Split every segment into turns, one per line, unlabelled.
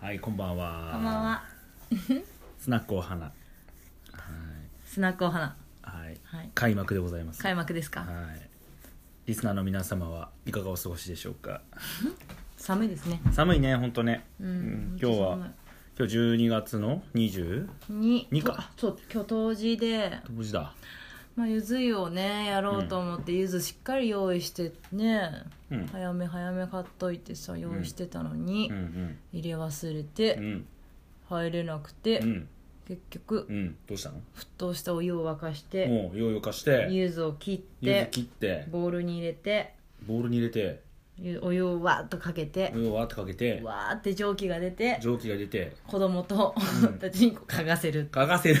はい、こんばんは。
こんばんは。
スナックお花。はい。
スナックお花
はい。
はい
開幕でございます。
開幕ですか、
はい。リスナーの皆様はいかがお過ごしでしょうか。
寒いですね
寒いね、本当ね。
うん
うん今日は。今日12月の20。
に
にか
とそう今日冬至で、
当時だ。
まあ、ゆず湯をねやろうと思って、柚子ゆずしっかり用意してね、
うん
早め早め買っといてさ用意してたのに、
うん
入れ忘れ
うん。う
て
ん。
入れなくて、
うん。
結局
うん。どうしたの。
沸騰したお湯を沸かして
もうヨーヨー化して。
ゆずを切っ
ゆず
て
切って。
ボウルに入れて
ボウルに入れて。
ゆお湯をわーっとかけて
お、湯をわーってかけて。
わーって蒸気が出て
蒸気が出て。
子供と
うん
たちにこう嗅がせる
かがせ る。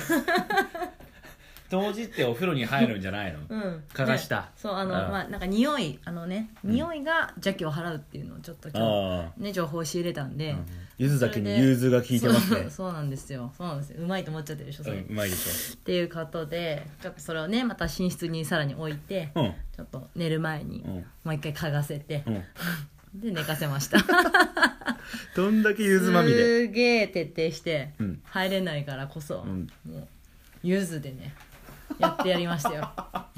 当時ってお風呂に入るんじゃないの。
うん、
嗅がした
ねそうあの
うん
まあなんか匂いあのね
うん
匂いが邪気を払うっていうのをちょっと今
あ
日ね情報を仕入れたんで、
あ。うんゆずだけ
それ
に
で
ゆずが効いてます
そ
ね
う。そうなんですよそうなんですようまいと思っちゃってるでしょそれ、
うん
っ
うまいでし
ていうことでちょっとそれをねまた寝室にさらに置いて、
ょ。うん。
ちょっと寝る前に、
うん
もう一回嗅がせて
う、ん。
で寝かせました
どんだけゆずまみれ。
すげえ徹底して、
うん
入れないからこそ、
うん
もうゆずでねやってやりましたよもうあ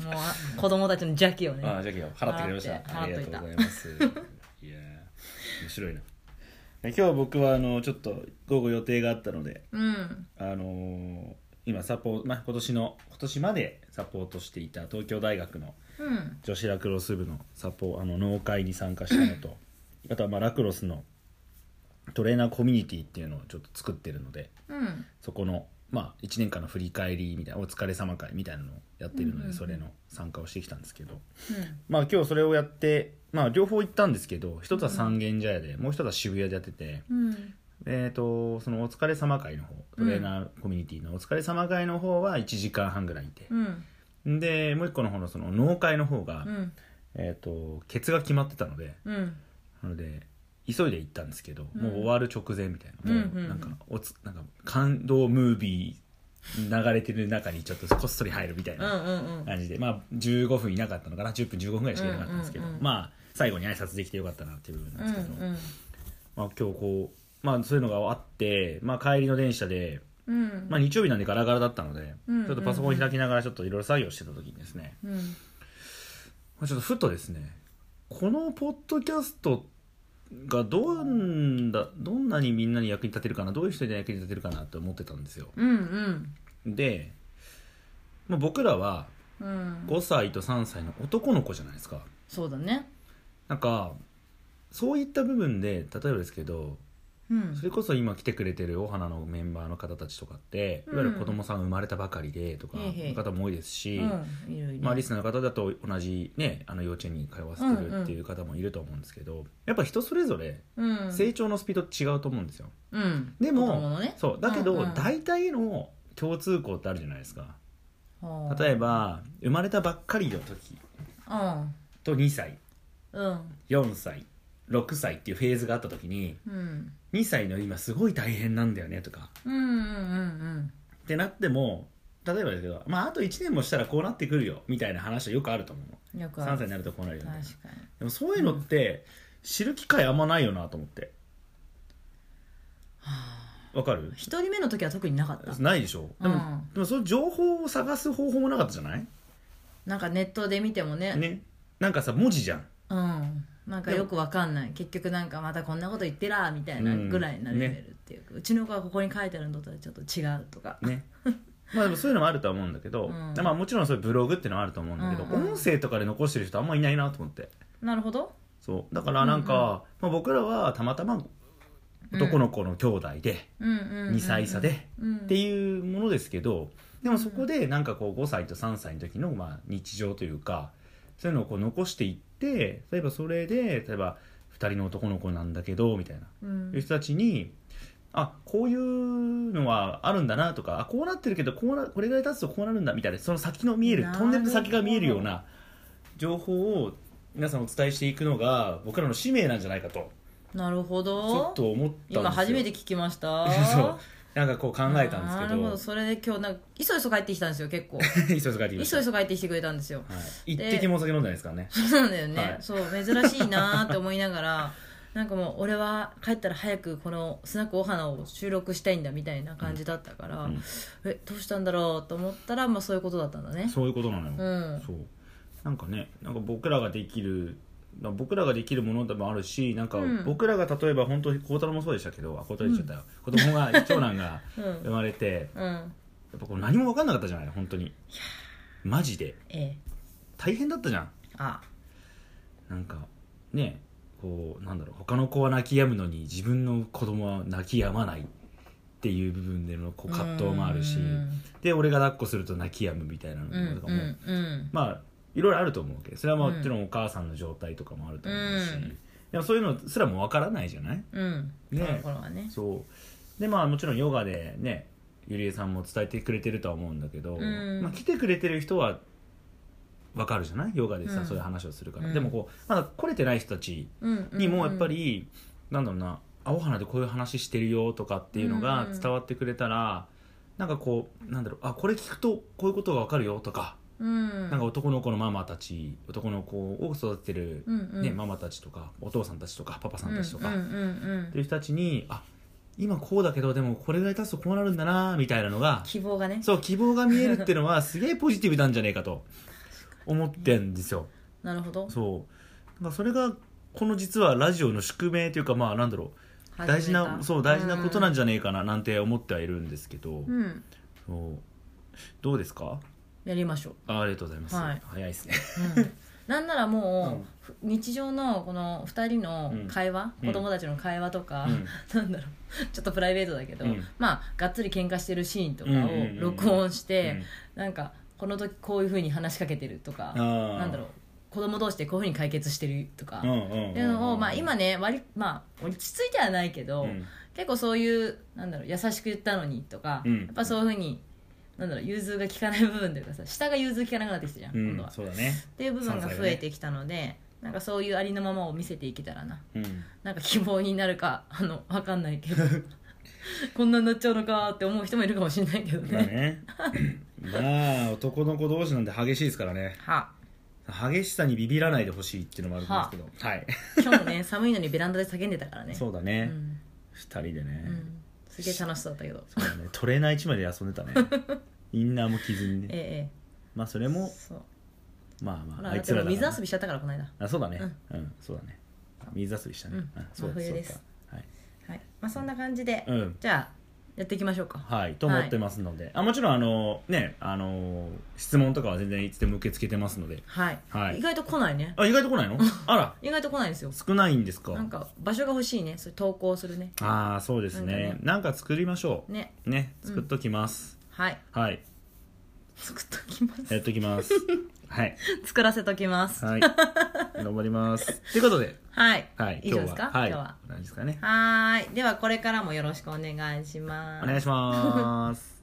子供たちの邪気をね
ああ、じゃあ今日払ってくれまし
払って
た。ありがとう
払っ
ご
と
ざ
い
います。いやー面白いな。今日僕はあのちょっと午後予定があったので、
うん
あのー今サポーまあ今年の今年までサポートしていた東京大学の
うん
女子ラクロス部のサポあの農会に参加したのと、あとはまあラクロスのトレーナーコミュニティっていうのをちょっと作ってるので、
うん
そこの、まあ、1年間の振り返りみたいなお疲れ様会みたいなのをやってるので、
うんうんうん
それの参加をしてきたんですけど、
うん
まあ、今日それをやって、まあ、両方行ったんですけど一つは三軒茶屋で、もう一つは渋谷でやってて、
うん
えー、とそのお疲れ様会の方トレーナーコミュニティのお疲れ様会の方は1時間半ぐらいいて
う、ん
でもう一個の方のその農会の方が、
うん
えー、とケツが決まってたので
うん
なので急いで行ったんですけど、
うん
もう終わる直前みたいな、
うん
も
う
うんなんかおつなんか感動ムービー流れてる中にちょっとこっそり入るみたい
うんう
なん
うん
感じで、まあ15分いなかったのかな10分15分ぐらいしかいなかったんですけど、
うんうんうん
まあ最後に挨拶できてよかったなっていう部分なんですけど、
うん
まあ、今日こう、まあ、そういうのがあって、まあ、帰りの電車で、
うん
まあ、日曜日なんでガラガラだったので、
うんうんうん
ちょっとパソコン開きながらちょっといろいろ作業してた時にですね、
うん
まあちょっとふとですねこのポッドキャストがどんだどんなにみんなに役に立てるかなどういう人に役に立てるかなって思ってたんですよ
うんうん
で、まあ、僕らは
うん
5歳と3歳の男の子じゃないですか
そうだね
なんかそういった部分で例えばですけど
うん
それこそ今来てくれてるお花のメンバーの方たちとかってい
うん
わゆる子供さん生まれたばかりでとか
へいへい
の方も多いですし、
うんいろいろ
まあ、リスナーの方だと同じ、ね、あの幼稚園に通わせて
うんう
る
ん
っていう方もいると思うんですけど、やっぱ人それぞれ
うん
成長のスピード違うと思うんですよ、
うん
でも
子供のね
そうだけど、
うんうん
大体の共通項ってあるじゃないですか
はあ
例えば生まれたばっかりの時と2歳
うん
4歳6歳っていうフェーズがあった時に
うん
2歳の今すごい大変なんだよねとか
うんうんうん
ってなっても例えばですけど、まあ、あと1年もしたらこうなってくるよみたいな話はよくあると思うの
うんよくあ
3
る
歳になるとこうなるよね
確かに
でもそういうのって知る機会あんまないよなと思ってわかる
一人目の時は特になかった
ないでしょでも,、
うん
でもその情報を探す方法もなかったじゃない
なんかネットで見てもね
ねなんかさ文字じゃん
うんなんかよくわかんない結局なんかまたこんなこと言ってらみたいなぐらいなレベルっていうか、うちの子はここに書いてあるのとはちょっと違うとか
ねまあでもそういうのもあるとは思うんだけど、
うん
まあもちろんそういうブログっていうのはあると思うんだけど、
うんうん
音声とかで残してる人あんまいないなと思って
なるほど
そうだからなんか、まあ、僕らはたまたま男の子の兄弟で、
うんうんうん
2歳差で、
うん
っていうものですけどでもそこでなんかこう5歳と3歳の時のまあ日常というかそういうのをこう残していって例えばそれで例えば2人の男の子なんだけどみたいな、
うん
いう人たちにあこういうのはあるんだなとかあこうなってるけどこうなこれぐらい経つとこうなるんだみたいなその先の見える
なる
ト
ほ
ン
ど
ネルの先が見えるような情報を皆さんお伝えしていくのが僕らの使命なんじゃないかと
なるほ
ちょ
ど
っと思ったんですよ
今初めて聞きました
そうなんかこう考えたんですけ
なる ほどそれで今日なんかいそいそ帰ってきたんですよ結構
いそいそ帰ってき
い
ました
そいそ帰ってきてくれたんですよ
はい、一滴もお酒飲んでないですからね
そうなんだよね、
はい
そう珍しいなーって思いながら なんかもう俺は帰ったら早くこの「スナックお花」を収録したいんだみたいな感じだったから、
うん
えどうしたんだろうと思ったら、まあ、そういうことだったんだね
そういうことなのよ、
うん
そうなんかねなんか僕らができるな僕らができるものでもあるしなんか
うん
僕らが例えば本当に孝太郎もそうでしたけどあ孝太郎言っちゃったよ、子供が長男が
うん
生まれてや
うん
っぱこう何も分かんなかったじゃない本当にマジで
ええ
大変だったじゃん
あ
なんかねこうなんだろう他の子は泣き止むのに自分の子供は泣き止まないっていう部分でのこう葛藤もあるし
うん
で俺が抱っこすると泣き止むみたいなのと
う
か
ん
も、
うん
まあいろいろあると思うけどそれはも
うん
ちろんお母さんの状態とかもあると思うし、
うん
でもそういうのすらもわからないじゃない
うんうん
ね
この頃はね
そうでまあもちろんヨガでねゆりえさんも伝えてくれてるとは思うんだけど、
うん
まあ、来てくれてる人はわかるじゃないヨガでさ、
うん
そういう話をするから、
うん
でもこうまだ来れてない人たち
うんうん
にもやっぱり、なんだろうな青花でこういう話してるよとかっていうのが
うん
伝わってくれたら、なんかこうなんだろうあこれ聞くとこういうことがわかるよとか
うん
なんか男の子のママたち男の子を育ててる、
うんうん
ねママたちとかお父さんたちとかパパさんたちとか、
うんうんうん
っ
う
て
ん
いう人たちにあ今こうだけどでもこれぐらい経つとこうなるんだなみたいなのが
希望がね
そう希望が見えるっていうの はすげえポジティブなんじゃねえかと思ってんですよ。
なるほど
そうなんかそれがこの実はラジオの宿命というかまあなんだろう大事なそう大事なことなん
じ
じゃねえかななんて思ってはいるんですけど、
うん、うん
そうどうですか
やりましょう
あありがとうございます、
はい
早いですね。
うんなんならもう、日常のこの2人の会話、
うん
子供たちの会話とか、
うん
なんだろうちょっとプライベートだけど、
うん
まあがっつり喧嘩してるシーンとか
うんう
を
んうんうん
録音して、
うん
なんかこの時こういうふうに話しかけてるとか、
あー
なんだろう子供同士でこういうふうに解決してるとか、
うん
っ
うんうんうん
ていうのを、まあ、今ね割、まあ、落ち着いてはないけど、
うん
結構そういうなんだろう優しく言ったのにとか、
うん
やっぱそういうふうになんだろう融通が利かない部分というかさ下が融通利かなくなってきたじゃん、
う
今度
ん
は。
そうだね
っていう部分が増えてきたので、なんかそういうありのままを見せていけたらな
うん
なんか希望になるか あのわかんな いけどこんなになっちゃうのかって思う人もいるかもしれないけどね
まあねまあ男の子同士なんて激しいですからね
は
激しさにビビらないでほしいっていうのもあるんですけどはい、
今日もね 寒いのにベランダで叫んでたからね
そうだ
う
ね、
ん、
二人でね,、
うん、すげえ楽しそうだったけど
そうだねトレーナー1枚で遊んでた ねインナーも着ずにね
え
まあそれ
えええ
も
そう
まあま
ほ
あ
ら
あ
だ
い
っ
つ
ても
ら
う
だか
水
ら
遊びしちゃったからこの間
あそうだねうん、そうだね水遊びしたね、
うん
あそうだ
真冬
そう
で
だ
す
はい、
はいまあそんな感じで、
うん
じゃあやっていきましょうか
はい、と思ってますので、あもちろんあのねあの質問とかは全然いつでも受け付けてますので
はい、
はい
意外と来ないね
あ意外と来ないのあら
意外と来ないんですよ
少ないんですか
なんか場所が欲しいねそれ投稿するね
ああそうですねなんか作りましょうね
ね
作っときます、
はい
はい
作っときます
やっときますはい
作らせときます
はい頑張りますということで、
はい、
はい、
以上ですか
今日ははい
今日は
こんな感じですかね
はーいではこれからもよろしくお願いします
お願いします